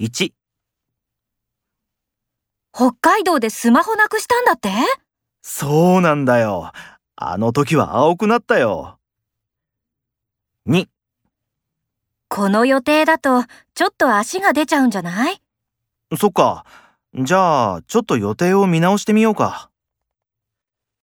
1、北海道でスマホなくしたんだってそうなんだよ。あの時は青くなったよ。 2、この予定だとちょっと足が出ちゃうんじゃないそっか。じゃあ、ちょっと予定を見直してみようか。